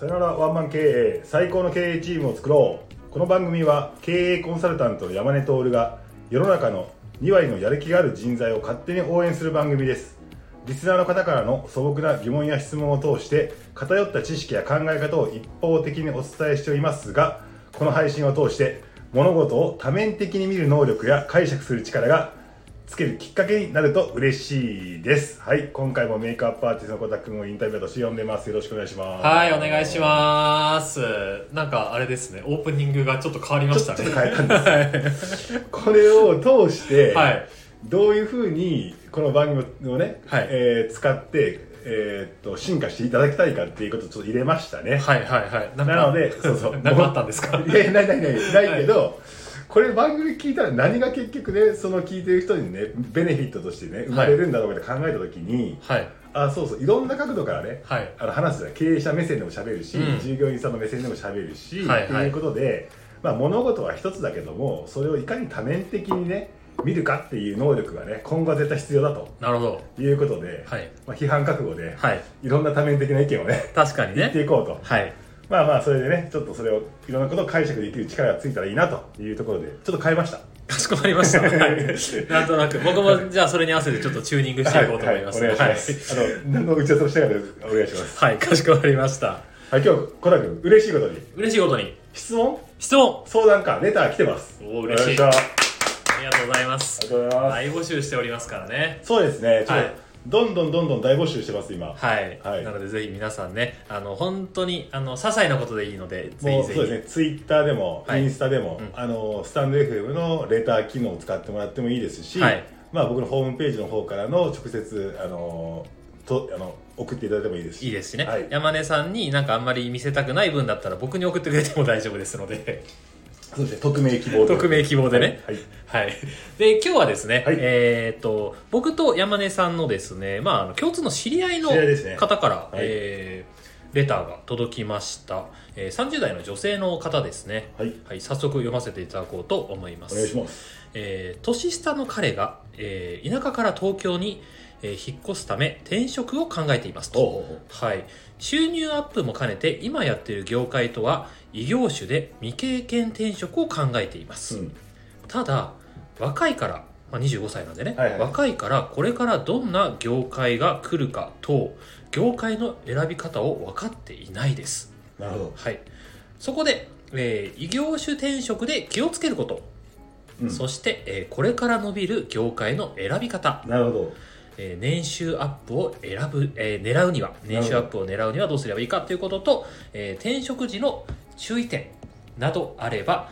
ならワンマン経営最高の経営チームを作ろうこの番組は経営コンサルタントの山根徹が世の中の2割のやる気がある人材を勝手に応援する番組ですリスナーの方からの素朴な疑問や質問を通して偏った知識や考え方を一方的にお伝えしておりますがこの配信を通して物事を多面的に見る能力や解釈する力がつけるきっかけになると嬉しいです。はい、今回もメイクアップアーティストの小田君をインタビューとして呼んでます。よろしくお願いします。はい、お願いします。なんかあれですね、オープニングがちょっと変わりましたちょっね。と変えたんですこれを通して、はい。どういうふうにこの番組をね、はいえー使って、えーっと進化していただきたいかっていうことをちょっと入れました ね。はいはいはい。なんかなのでそうそう なんかあったんですかいや、ないないないないけど、これ番組聞いたら何が結局ね、その聞いてる人にね、ベネフィットとしてね、生まれるんだろうって考えたときに、はい。あ、そうそう、いろんな角度からね、はい。あの話す経営者目線でも喋るし、うん従業員さんの目線でも喋るし、はいはいということで、まあ、物事は一つだけどもそれをいかに多面的にね見るかっていう能力がね今後は絶対必要だとなるほど。いうことで、はい。まあ、批判覚悟で、はい。い、ろんな多面的な意見をね 確かに言っね。ていこうとはい。まあまあそれでねちょっとそれをいろんなことを解釈できる力がついたらいいなというところでちょっと変えましたかしこまりました。はいなんとなく、僕もじゃあそれに合わせてちょっとチューニングしていこうと思います。はいはいお願いします、あの何の打ち合わせもしながらお願いしますはい、はいかしこまりました。はい今日小田君嬉しいことに嬉しいことに、質問質問相談かレター来てますおー嬉しいお願またありがとうございまありす。がとうございます。大募集しておりますからね。そうですね。ちょっとはいどんどんどんどん大募集してます今。はい、はいなのでぜひ皆さんねあの本当にあの些細なことでいいのでぜもうひぜひそうですね。ツイッターでも、はいインスタでも、うんあのスタンド FM のレター機能を使ってもらってもいいですし、はいまあ僕のホームページの方からの直接あのとあの送っていただいてもいいですし。いいですしね、はい山根さんになんかあんまり見せたくない分だったら僕に送ってくれても大丈夫です のでそうですね。匿名希望で。匿名希望でねはい。はいで今日はですね、はいえーっと僕と山根さんのですね、まああの、共通の知り合いの知り合いですね方から、はいえーレターが届きました、えー30代の女性の方ですねはい。はい、早速読ませていただこうと思いまおす願いします。えー年下の彼が、えー田舎から東京に、えー引っ越すため転職を考えていますと、おうはい、収入アップも兼ねて今やっている業界とは異業種で未経験転職を考えています、うん。ただ若いから、まあ、25歳なんでね、はいはい若いからこれからどんな業界が来るか等業界の選び方を分かっていないですなるほど。はい、そこで、えー異業種転職で気をつけること、うんそして、えーこれから伸びる業界の選び方、なるほど。えー年収アップを選ぶ、えー狙うには年収アップを狙うにはどうすればいいかということと、えー転職時の注意点などあれば、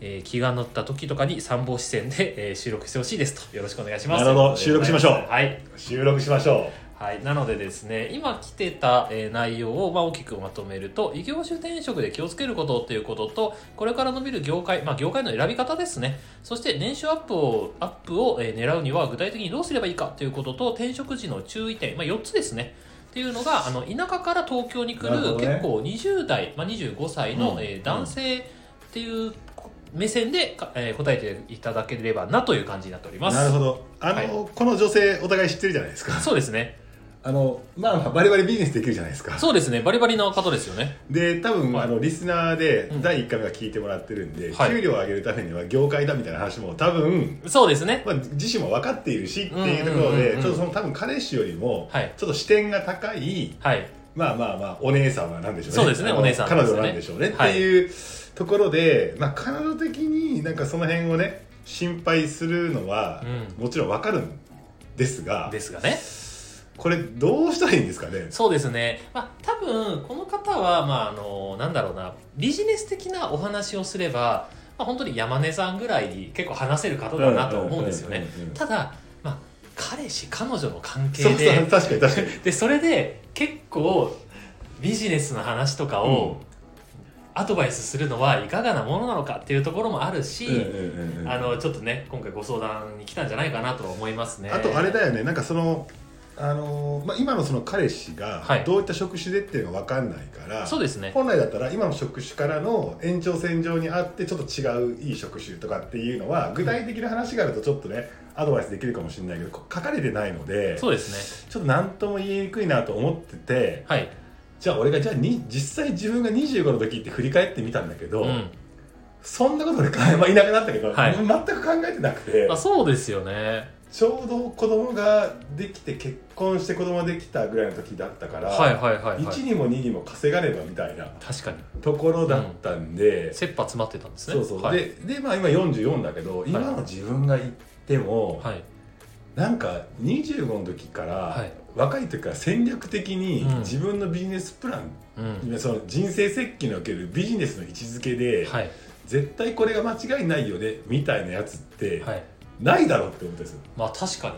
えー気が乗った時とかに参謀視線で、えー収録してほしいですとよろしくお願いしますなるほどということでご収録ざいしましょすうはい収録しましょはい、なのでですね今来てた、えー内容を、まあ、大きくまとめると異業種転職で気をつけることっていうこととこれから伸びる業界、まあ、業界の選び方ですねそして年収アップをアップを、えー狙うには具体的にどうすればいいかということと転職時の注意点、まあ、4つですねっていうのがあの田舎から東京に来なるほるどね結構20代、まあ、25歳の、うんえー男性っていう目線でか、えー答えていただければなという感じになっておりう。ます。なるほど。あの、この女性お互い知ってるじゃないですか。そうですね。あのまあまあバリバリビジネスできるじゃないですか。そうですね。バリバリの方ですよね。で多分、はいあのリスナーでうん第1回目は聞いてもらってるんで、はい給料を上げるためには業界だみたいな話も多分、そうですね。まあ、自身も分かっているしっていうところで、うんうんうんうんちょっとその多分彼氏よりも、はいちょっと視点が高いはい。まあまあまあお姉さんはなんでしょうねそうですねあのお姉さんです彼ね女なんでしょうね、はいっていうところで、まあ、彼女的になんかその辺をね心配するのは、うもちろん分かるんですがですがね。これどうしたらいいんですかねそうですね。まあ、多分、この方は、まあ、あの、なんだろうな、ビジネス的なお話をすれば、まあ、本当に山根さんぐらいに結構話せる方だなと思うんですよねうんうんうんうん。ただ、まあ、彼氏、彼女の関係そうそうで確、かに確かにで、それで結構、ビジネスの話とかをアドバイスするのはいかがなものなのかっていうところもあるし、うんうんうんうんあの、ちょっとね、今回ご相談に来たんじゃないかなとは思いますね。あとあれだよねなんかその、あのーまあ、今のその彼氏がはいどういった職種でっていうのが分かんないから、そうですね。本来だったら今の職種からの延長線上にあってちょっと違ういい職種とかっていうのは具体的な話があるとちょっとねアドバイスできるかもしれないけどこ書かれてないのでちそょっうですね。と何とも言いにくいなと思っててはい。じゃあ俺がじゃあに実際自分が25の時って振り返ってみたんだけど、うんそんなこと俺考え、まあ、いなくなったけど、はい全く考えてなくてまあ、そうですよねちょうど子供ができて結婚して子供できたぐらいの時だったから、はいはいはい、はい1、にも2にも稼がねばみたいな確かにところだったんで、切羽詰まってたんですねそうそう、はい、でで、まあ、今44だけど、今の自分が言っても、はい、なんか25の時から、はい若い時から戦略的にうん自分のビジネスプラン、うんその人生設計におけるビジネスの位置づけで、はい絶対これが間違いないよねみたいなやつって、はいないだろうって思ったんですよ。まあ確か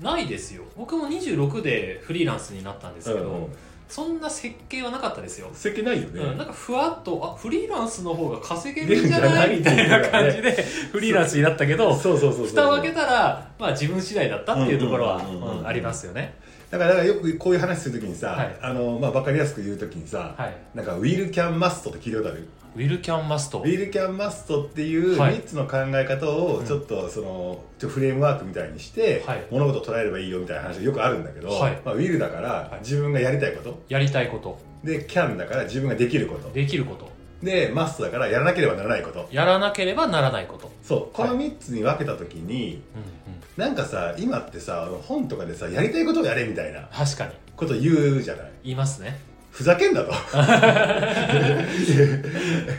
にないですよ僕も26でフリーランスになったんですけど、うんそんな設計はなかったですよ、設計ないよね、うん、なんかふわっとあフリーランスの方が稼げるんじゃないみたいな感じで フリーランスになったけどそうそうそうそう蓋を開けたら、まあ、自分次第だったっていうところはうんうんうんうんうんありますよねだからだからよくこういう話するときにさ、はいあのまあ、分かりやすく言うときにさ、はいなんかウィル・キャン・マストって聞いたことあるウィルキャンマストウィル・キャン・マストっていうはい3つの考え方をちょっとそのちょっとフレームワークみたいにしてはい物事を捉えればいいよみたいな話がよくあるんだけど、はいまあ、ウィルだかはらい自分がやりたいことやりたいことでキャンだから自分ができることできることでマストだからやらなければならないことやらなければならないこと、そうこの3つに分けた時にうんなうん、んかさ今ってさ本とかでさやりたいことをやれみたいな確かにこと言うじゃない言いますねふざけんなと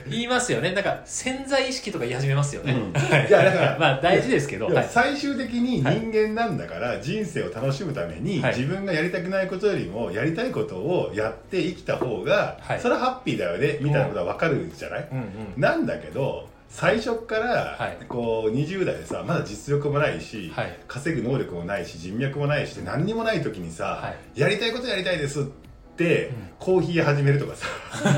言いますよねなんか潜在意識とか言い始めますよね、うんはいいやだからまあ大事ですけど、ではもい、最終的にはい人間なんだから人生を楽しむためにはい自分がやりたくないことよりもやりたいことをやって生きた方がはいそれはハッピーだよねみたいなことは分かるじゃないうんうんなんだけど最初かはらいこう20代でさまだ実力もないしはい稼ぐ能力もないし人脈もないしって何にもない時にはさいやりたいことやりたいですってうんコーヒー始めるとかさ は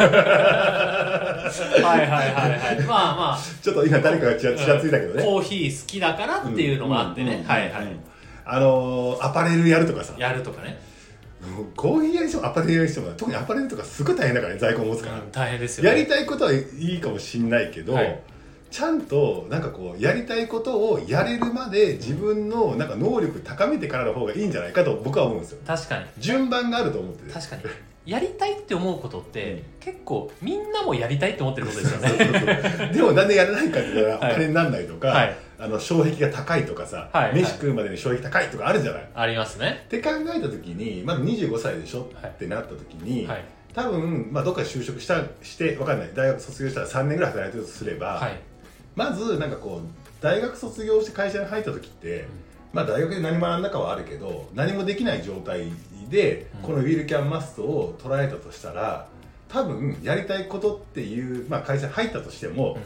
いはいはいはいまあまあちょっと今誰かがちらちらついたけどねコーヒー好きだからっていうのもあってね、んんはいはういんあのーアパレルやるとかさやるとかね、もうコーヒーやりしてもアパレルやりしても特にアパレルとかすごい大変だからね在庫持つから、うん大変ですよねやりたいことはいいかもしんないけど、はいちゃんとなんかこうやりたいことをやれるまで自分のなんか能力高めてからの方がいいんじゃないかと僕は思うんですよ確かに順番があると思ってて確かにやりたいって思うことって、うん結構みんなもやりたいって思ってることですよ ねでもなんでやらないかって言ったらおはい金にならないとか、はいあの障壁が高いとかさ、はい飯食うまでに障壁高いとかあるじゃない、っありますねて考えた時にまだ25歳でしょはいってなった時に、はい多分、まあ、どっかで就職したしてわかんない大学卒業したら3年ぐらい働いてるとすれば、はいまずなんかこう大学卒業して会社に入った時って、まあ、大学で何学んだかはあるけど何もできない状態で、うんこのウィルキャンマストを捉えたとしたら多分やりたいことっていう、まあ、会社に入ったとしても、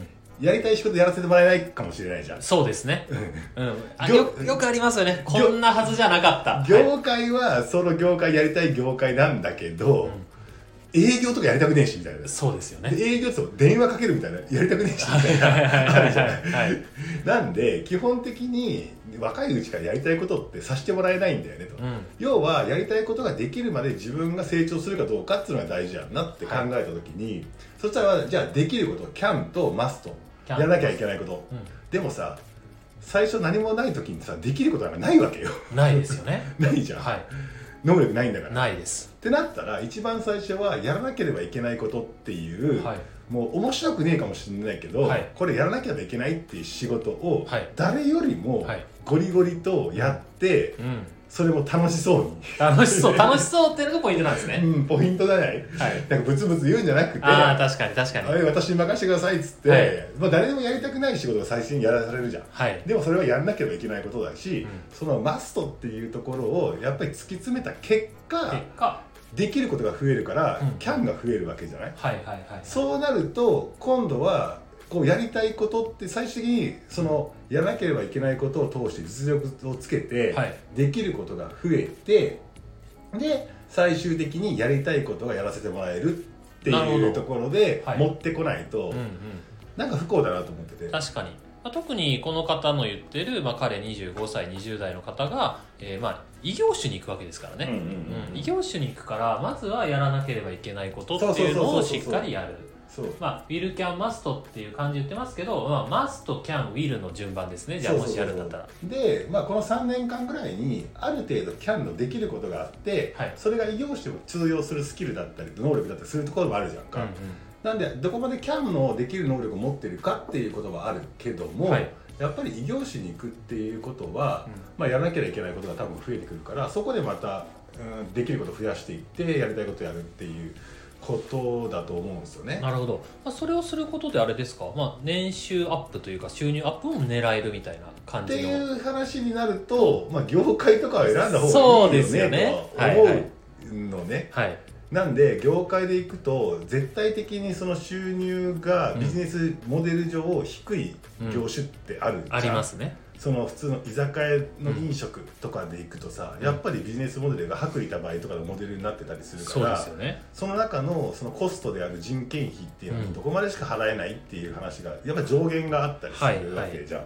やりたい仕事やらせてもらえないかもしれないじゃん。そうですね、うん、あ業よよくありますよねこんなはずじゃなかったはい業界はその業界やりたい業界なんだけど、ん営業とかやりたくねえしみたいな。そうですよねで営業って電話かけるみたいなやりたくねえしみたいはいなはいはいはいはいなんで基本的に若いうちからやりたいことってさせてもらえないんだよねと、うん要はやりたいことができるまで自分が成長するかどうかっていうのが大事やんなって考えた時に、そしたらじゃあできることキャンとマスト can やらなきゃいけないこと、うでもさ最初何もない時にさできることなんかないわけよん、ないですよねないじゃん、は能力ないんだからいないですってなったら一番最初はやらなければいけないことっていう、はいもう面白くねえかもしれないけど、はいこれやらなきゃいけないっていう仕事をはい誰よりもはいゴリゴリとやってうんそれも楽しそうに、楽しそう楽しそうっていうのがポイントなんですねうん、ポイントじゃないはいなんかブツブツ言うんじゃなくてああ確かに確かにあれ私に任せてくださいっつって、はいまあ、誰でもやりたくない仕事が最初にやらされるじゃんはいでもそれはやらなければいけないことだし、うんそのマストっていうところをやっぱり突き詰めた結結果果できることが増えるから、うんキャンが増えるわけじゃないはいはいはいそうなると今度はこうやりたいことって最終的にそのやらなければいけないことを通して実力をつけてはいできることが増えてで最終的にやりたいことがやらせてもらえるってなるほいどうところではい持ってこないとうんうんなんか不幸だなと思ってて。確かに、まあ、特にこの方の言ってる、まあ、彼25歳20代の方が、えーまあ、異業種に行くわけですからうんうね、んうんうん異業種に行くからまずはやらなければいけないことっていうのをしっかりやるそうまあ、ウィル、キャン、マストっていう感じ言ってますけど、まあ、マスト、キャン、ウィルの順番ですね、じゃあ、そうもそうしそうやるんだったら。で、まあ、この3年間ぐらいにある程度キャンのできることがあって、はいそれが異業種でも通用するスキルだったり能力だったりするところもあるじゃんか、なんでどこまでキャンのできる能力を持ってるかっていうことはあるけども、はいやっぱり異業種に行くっていうことは、うんまあ、やらなきゃいけないことが多分増えてくるからそこでまた、うん、できることを増やしていってやりたいことをやるっていうことだと思うんですよね。なるほど、まあ、それをすることであれですか、まあ、年収アップというか収入アップも狙えるみたいな感ってじいのう話になると、まあ、業界とかを選んだ方そうがいいですよよねねとははいは思うのね。はいなんで業界でいくと絶対的にその収入がビジネスモデル上低い業種ってあるじゃんありますねその普通の居酒屋の飲食とかでいくとさ、うんやっぱりビジネスモデルが薄利多売とかのモデルになってたりするかそうでらすよねその中のそのコストである人件費っていうのうんはどこまでしか払えないっていう話がやっぱ上限があったりするわけじゃん。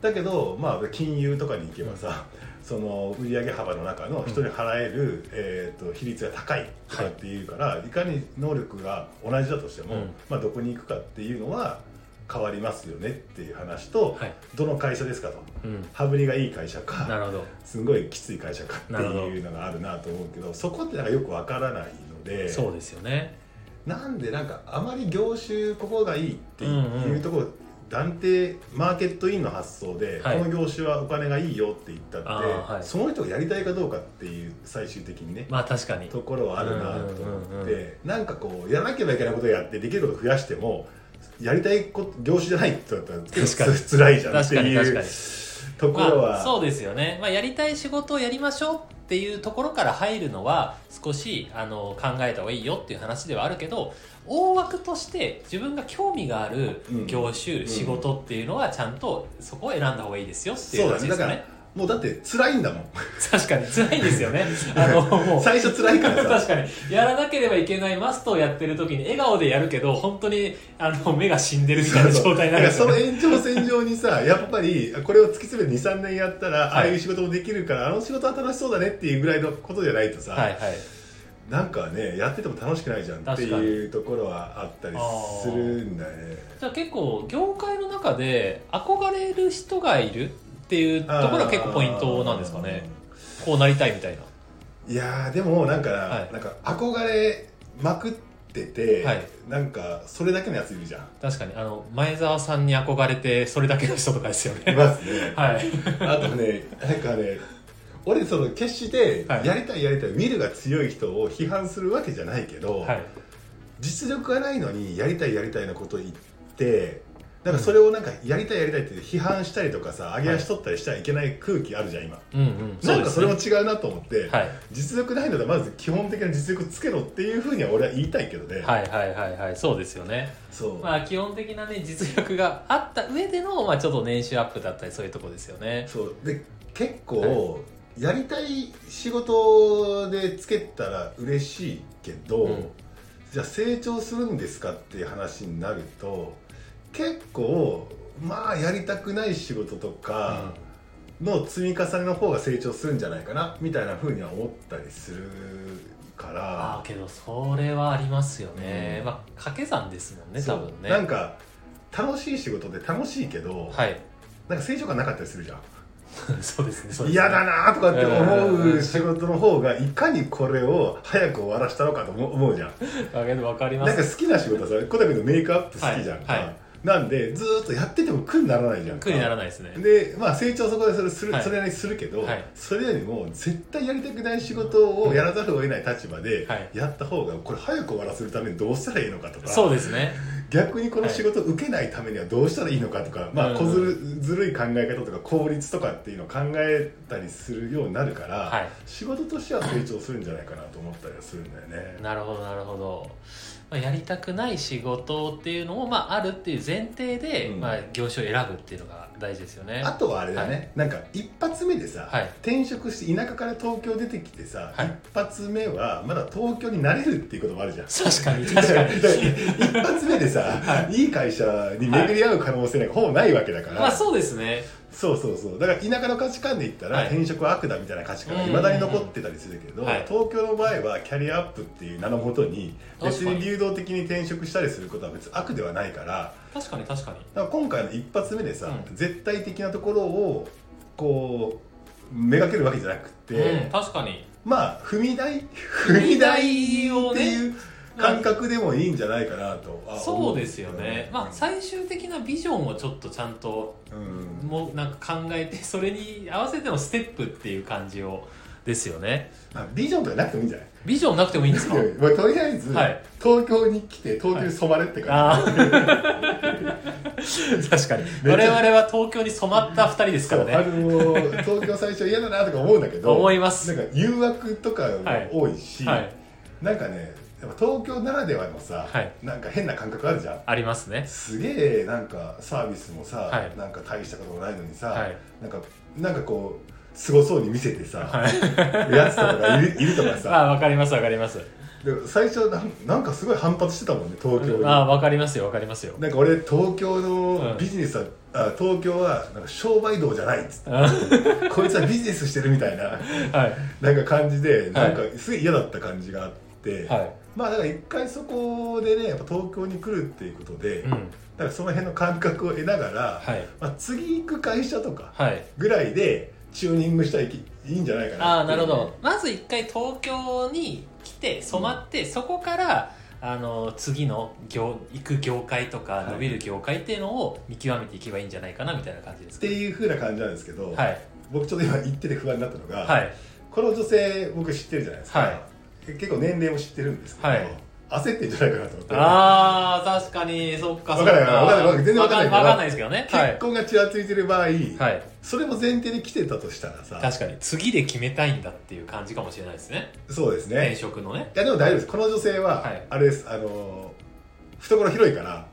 だけど、まあ、金融とかに行けばさ、その売上幅の中の人に払える、えー、と比率が高いとかっていうから、い、かに能力が同じだとしても、うんまあ、どこに行くかっていうのは変わりますよねっていう話と、はい、どの会社ですかとうん、羽振りがいい会社なかるほどすんごいきつい会社かってなるほどいうのがあるなと思うけどそこってなんかよくわからないのでそうですよねなんでなんかあまり業種ここがいいってうんういんうところ、断定マーケットインの発想で、はいこの業種はお金がいいよって言ったって、あーはいその人がやりたいかどうかっていう最終的にね、まあ確かにところはあるなと思って、うんうんうんなんかこうやらなければいけないことをやってできることを増やしてもやりたいこと業種じゃないって言ったら確かにつ辛いじゃんっ確てかに確いかうにところは、まあ、そうですよね、まあ、やりたい仕事をやりましょうっていうところから入るのは少しあの考えた方がいいよっていう話ではあるけど大枠として自分が興味があるうん業種、うん仕事っていうのはちゃんとそこを選んだ方がいいですよっていうそうだね話でだすかよねらもうだって辛いんだ もん確かに辛いですよ ねあのもう最初辛いからさ確かにやらなければいけないマストをやってる時に笑顔でやるけど本当にあの目が死んでるみたいな状態になるだんからですよそねの延長線上にさ やっぱりこれを突き詰めて23年やったら、ああいう仕事もできるからあの仕事は楽しそうだねっていうぐらいのことじゃないとさ、はいはいなんかねやってても楽しくないじゃんっていうところはあったりするんだよねじゃあ結構業界の中で憧れる人がいるっていうところは結構ポイントなんですかねこうなりたいみたいないやーでもなんか、はいなんか憧れまくってて、はいなんかそれだけのやついるじゃん確かにあの前澤さんに憧れてそれだけの人とかですよ いねます ねはいあとね、なんかね、俺その決してはいやりたいやりたい、ウィルが強い人を批判するわけじゃないけど、はい実力がないのにやりたいやりたいのこと言って、なんかそれをなんかやりたいやりたいって批判したりとかさ、上げ足取ったりしちゃいけない空気あるじゃん今。うんうんなんかそれもは違うなと思って、はい実力ないのでまず基本的な実力つけろっていうふうには俺は言いたいけどね。はいはいはいはいそうですよねそう。まあ基本的なね実力があった上でのまあちょっと年収アップだったりそういうとこですよねそうで結構、やりたい仕事でつけたら嬉しいけど、うんじゃあ成長するんですかっていう話になると結構まあやりたくない仕事とかの積み重ねの方が成長するんじゃないかなみたいなふうには思ったりするかああらけどそれはありますよね、うんまあ掛け算ですもんねそ多う分ねなんか楽しい仕事で楽しいけど、はい なんか成長感なかったりするじゃんそうですねそうですね嫌だなとかって思う仕事の方がいかにこれを早く終わらしたのかと思う思うじゃんわかりわかりまなんかす好きな仕事はさ小田君のメイクアップ好きじゃんか、はいはいなんでずーっとやってても苦にならないじゃんか苦にならないですねでまあ、成長そこでそれする、はいそれなりにするけど、はいそれよりも絶対やりたくない仕事をやらざるを得ない立場ではいやった方がこれ早く終わらせるためにどうしたらいいのかとかそうですね逆にこの仕事を受けないためにはどうしたらいいのかとか、まうあ、ん小ずるずるい考え方とか効率とかっていうのを考えたりするようになるから、はい仕事としては成長するんじゃないかなと思ったりはするんだよね。なるほどなるほど、まあ、やりたくない仕事っていうのも、まあ、あるっていう前提で、うんまあ、業種を選ぶっていうのが大事ですよねあとはあれだね、なんか一発目でさ、はい転職して田舎から東京出てきてさ、はい一発目はまだ東京になれるっていうこともあるじゃん。確かに確かにだら 一発目でさ、い、い会社に巡り合う可能性なんかほぼないわけだから、まあそうですねそうそうそうだから田舎の価値観で言ったら、はい転職は悪だみたいな価値観うがんいまだに残ってたりするけど、はい東京の場合はキャリアアップっていう名のもとに確か別にに流動的に転職したりすることは別に悪ではないから確かに確かにだから今回の一発目でさ、うん絶対的なところをこうめがけるわけじゃなくて、うん、確かにまあ踏み台踏踏みみ台っ台をてねいう感覚でもいいんじゃないかなとあそうですよね、思うまあ、最終的なビジョンをちょっとちゃんとうんもうなんか考えてそれに合わせてのステップっていう感じをですよねまあ、ビジョンとかなくてもいいんじゃないビジョンなくてもいいんですかいやまあとりあえず、はい東京に来て東京に染まれって感 あー確 かにめっち我ゃ々は東京に染まった2人ですじ、からそうあねのー東京最初嫌だなとか思うんだけど思いますなんか誘惑とかも多いし、はいなんかねやっぱ東京ならではのさ、はいなんか変な感覚あるじゃんありますねすげえなんかサービスもさ、はいなんか大したこともないのにさ、はいなんかなんかこうすごそうに見せてさ、はいやつとかがいるいるとかさ あわかりますわかりますでも最初なんなんかすごい反発してたもんね東京に。あわかりますよわかりま すよなんか俺東京うのんビジネスは、あ東京はなんか商売道じゃないっつってあ こいつはビジネスしてるみたいなはいなんか感じでなんかすごい嫌だった感じがあって、はいまあだから一回そこでねやっぱ東京に来るっていうことで、うだかんらその辺の感覚を得ながら、はいまあ、次行く会社とかはいぐらいでチューニングしたらいきいいんじゃないかなああなるほどまず一回東京に来て染まって、そこからあの次の業行く業界とかはい伸びる業界っていうのを見極めていけばいいんじゃないかなみたいな感じですってかいうふうな感じなんですけど、はい僕ちょっと今言ってて不安になったのが、はいこの女性僕知ってるじゃないですか、はい結構年齢も知ってるんですけど、はい焦ってんじゃないかなと思ってああ確かにそっかそっかわかんないわかんない全然わかんないけどわかんないですけどねはい結、婚がちらついてる場合、はい、それも前提で来てたとしたらさ確かに次で決めたいんだっていう感じかもしれないですねそうです転ね職のねいやでも大丈夫ですこの女性は、はいあれですあの懐広いから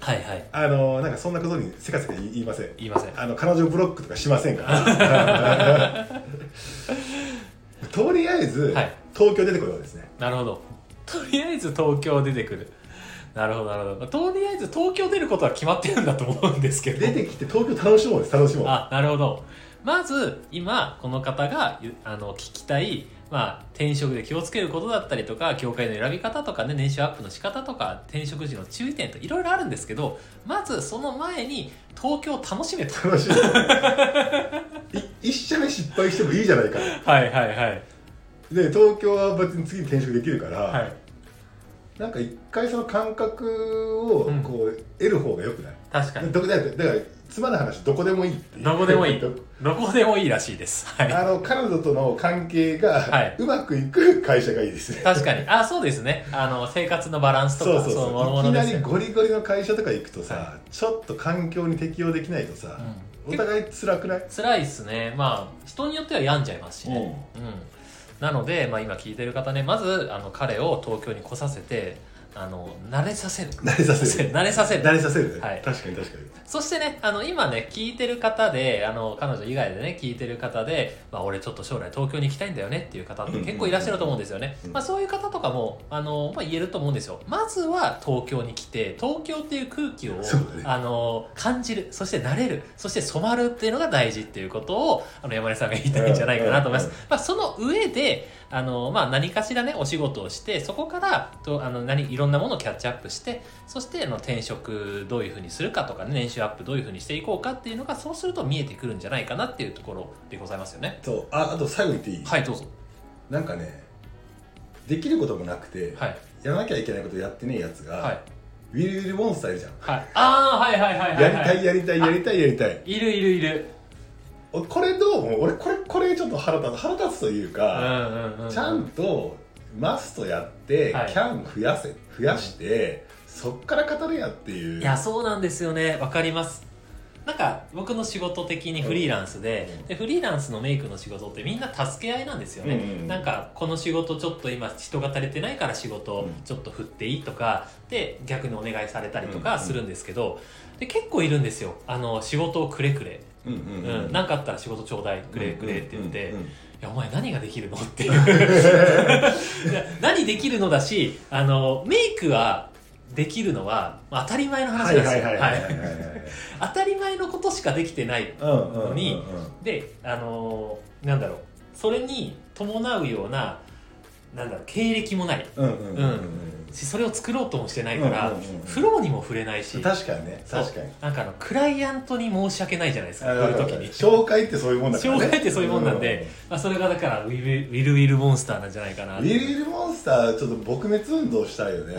はいはいあのなんかそんなことにせかせか言いません言いませんあの彼女ブロックとかしませんから とりあえず、はい東京出てこようですねなるほどとりあえず東京出てくるなるほどなるほどとりあえず東京出ることは決まってるんだと思うんですけど出てきて東京楽しもうです楽しもうあなるほどまず今この方がゆあの聞きたい、まあ、転職で気をつけることだったりとか業界の選び方とかね年収アップの仕方とか転職時の注意点といろいろあるんですけどまずその前に東京を楽しめと楽しもう い一社目失敗してもいいじゃないかはいはいはいで東京は別に次に転職できるから、はいなんか一回その感覚をうんこう得る方がよくない、確かにどこだってだからつまらない話どこでもいいっていう どこ でもいいどどこでもいいらしいですはいあの彼女との関係が、はいうまくいく会社がいいですね確かにあ そうですねあの生活のバランスとそうかそそううそうもろもいろきでなすりよねゴリゴリの会社とか行くとさ、はちょっと環境に適応できないとさ、うんお互い辛くない、辛いですねまあ人によっては病んじゃいますしね、うん、なので、まあ、今聞いてる方ねまずあの彼を東京に来させてあの慣れさせる慣れさせ る慣れさせ慣るれさせるね、はい確かに確かにそしてねあの今ね聞いてる方であの彼女以外でね聞いてる方で、まあ、俺ちょっと将来東京に行きたいんだよねっていう方って結構いらっしゃると思うんですよね、うんまあ、そういう方とかもあの、まあ、言えると思うんですよまずは東京に来て東京っていう空気を、そうだねあの感じるそして慣れるそして染まるっていうのが大事っていうことをあの山根さんが言いたいんじゃないかなと思います、うんうんまあ、その上であの、まあ、何かしらねお仕事をしてそこからとあの何いろんなものをキャッチアップしてそしてあの転職どういうふうにするかとか、ね、年収アップどういうふうにしていこうかっていうのがそうすると見えてくるんじゃないかなっていうところでございますよねそうああと最後言っていい、はいどうぞなんかねできることもなくて、はいやらなきゃいけないことやってねえやつが、はいウィルウィルモンスターいるじゃん、はいああはいはいはいはい、はい、やりたいやりたいやりたいやりたいいるいるいるおこれどう思う俺これこれちょっと腹立つ腹立つといううんか、うんうんうんちゃんとマストやって、はいキャン増やせ増やして、そっから語れやっていういやそうなんですよねわかりますなんか僕の仕事的にフリーランスで,、うんでフリーランスのメイクの仕事ってみんな助け合いなんですよね、うんうんうんなんかこの仕事ちょっと今人が足りてないから仕う事んちょっと振っていいとかで逆にお願いされたりとうんうかんするんですけど、で結構いるんですよあの仕事をくれくれ、うんううんんうん、なんかあったら仕事ちょうだいくれくれって言って、うんうんうんいやお前何ができる のっていういや何できるのだしあのメイクはできるのは、まあ、当たり前のは話いなんではすいよはいははいいはい当たり前のことしかできてないうんうんうんうんにであのーなんだろうそれに伴うようななんだろう経歴もないうんうんうんうんしそれを作ろうともしてないから、うんうんうんうんフローにも触れないし確かにねそう確かになんかあのクライアントに申し訳ないじゃないですかあこういうだから時に紹介ってそういうもんだからね紹介ってそういうもんなんでまあ、それがだからウィルウィルウィルモンスターなんじゃないかうなんウィリルモンスターちょっと撲滅運動したいよね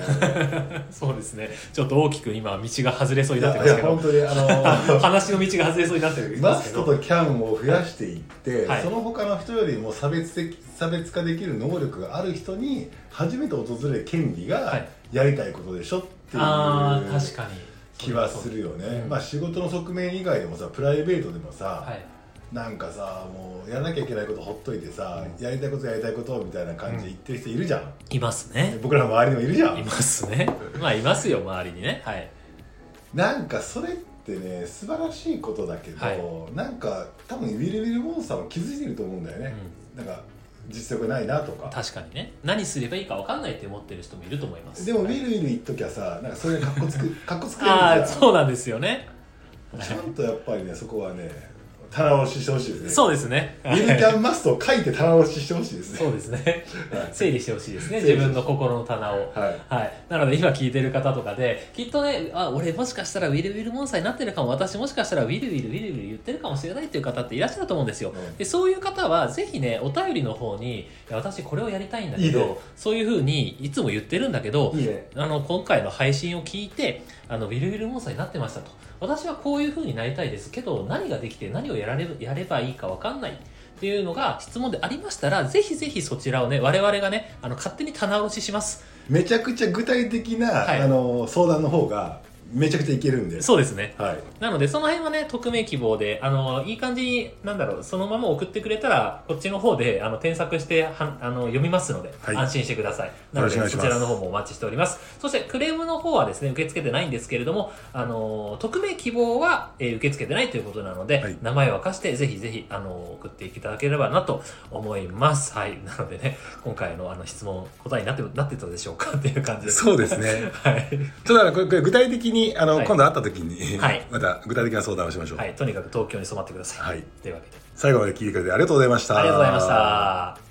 そうですねちょっと大きく今道が外れそういになっやてまいやすけど本当にあ の話の道が外れそうになってるんでマすスけトどとキャンを増やしていって、はいその他の人よりも差別的差別化できる能力がある人に初めて訪れる権利はがいやりたいことでしょっていうああ確かに気はするよね、うんまあ仕事の側面以外でもさプライベートでもさ、はいなんかさもうやらなきゃいけないことほっといてさ、うやりたいことやりたいことみたいな感じで言ってる人いるじゃん、いますね 僕らの周りにもいるじゃいんますねまあいますよ周りにねはいなんかそれってね素晴らしいことだけど、はなんか多分ウィル・ウィル・モンスターも気づいてると思うんだよね、なんか実力ないなとか確かにね何すればいいか分かんないって思ってる人もいると思いますでもウはいィル・ウィル言っときゃさなんかそれかっこつ くかっこつくれるああじゃそうなんですよねんちゃんとやっぱりねそこはね棚卸ししてほしいですねそうですねウィル・キャン・マストを書いて棚卸ししてほしいですそねうですねはい整理してほしいですね整理自分の心の棚をはいはい、なので今聞いてる方とかできっとねあ俺もしかしたらウィルウィルモンスターになってるかも私もしかしたらウィルウィルウィルウィル言ってるかもしれないっていう方っていらっしゃると思うんですよ、うんでそういう方はぜひねお便りの方にいや私これをやりたいんだけどいいねそういうふうにいつも言ってるんだけどいいねあの今回の配信を聞いてあのウィルウィルモンスターになってましたと私はこういうふうになりたいですけど何ができて何をやられるやればいいか分かんないっていうのが質問でありましたらぜひぜひそちらをね我々がねあの勝手に棚卸ししますめちゃくちゃ具体的な、はいあの相談の方がめちゃくちゃいけるんでそうですね。はいなので、その辺はね、匿名希望で、あの、いい感じに、なんだろう、そのまま送ってくれたら、こっちの方で、あの、添削して、はあの、読みますので、はい安心してください。なのよろで、しくそおち願いしますらの方もお待ちしております。そして、クレームの方はですね、受け付けてないんですけれども、あの、匿名希望は、えー受け付けてないということなので、はい名前を明かして、ぜひぜひ、あの、送っていただければなと思います。はい。なのでね、今回の、あの、質問、答えになって、なってたでしょうかっていう感じです。そうですね はい。ちょっとこれこれ具体的にあの、はい今度会った時に、はい また具体的な相談をしましょう、はい。とにかく東京に染まってください。はいというわけで。最後まで聞いてくれてありがとうございましたありがとうございました。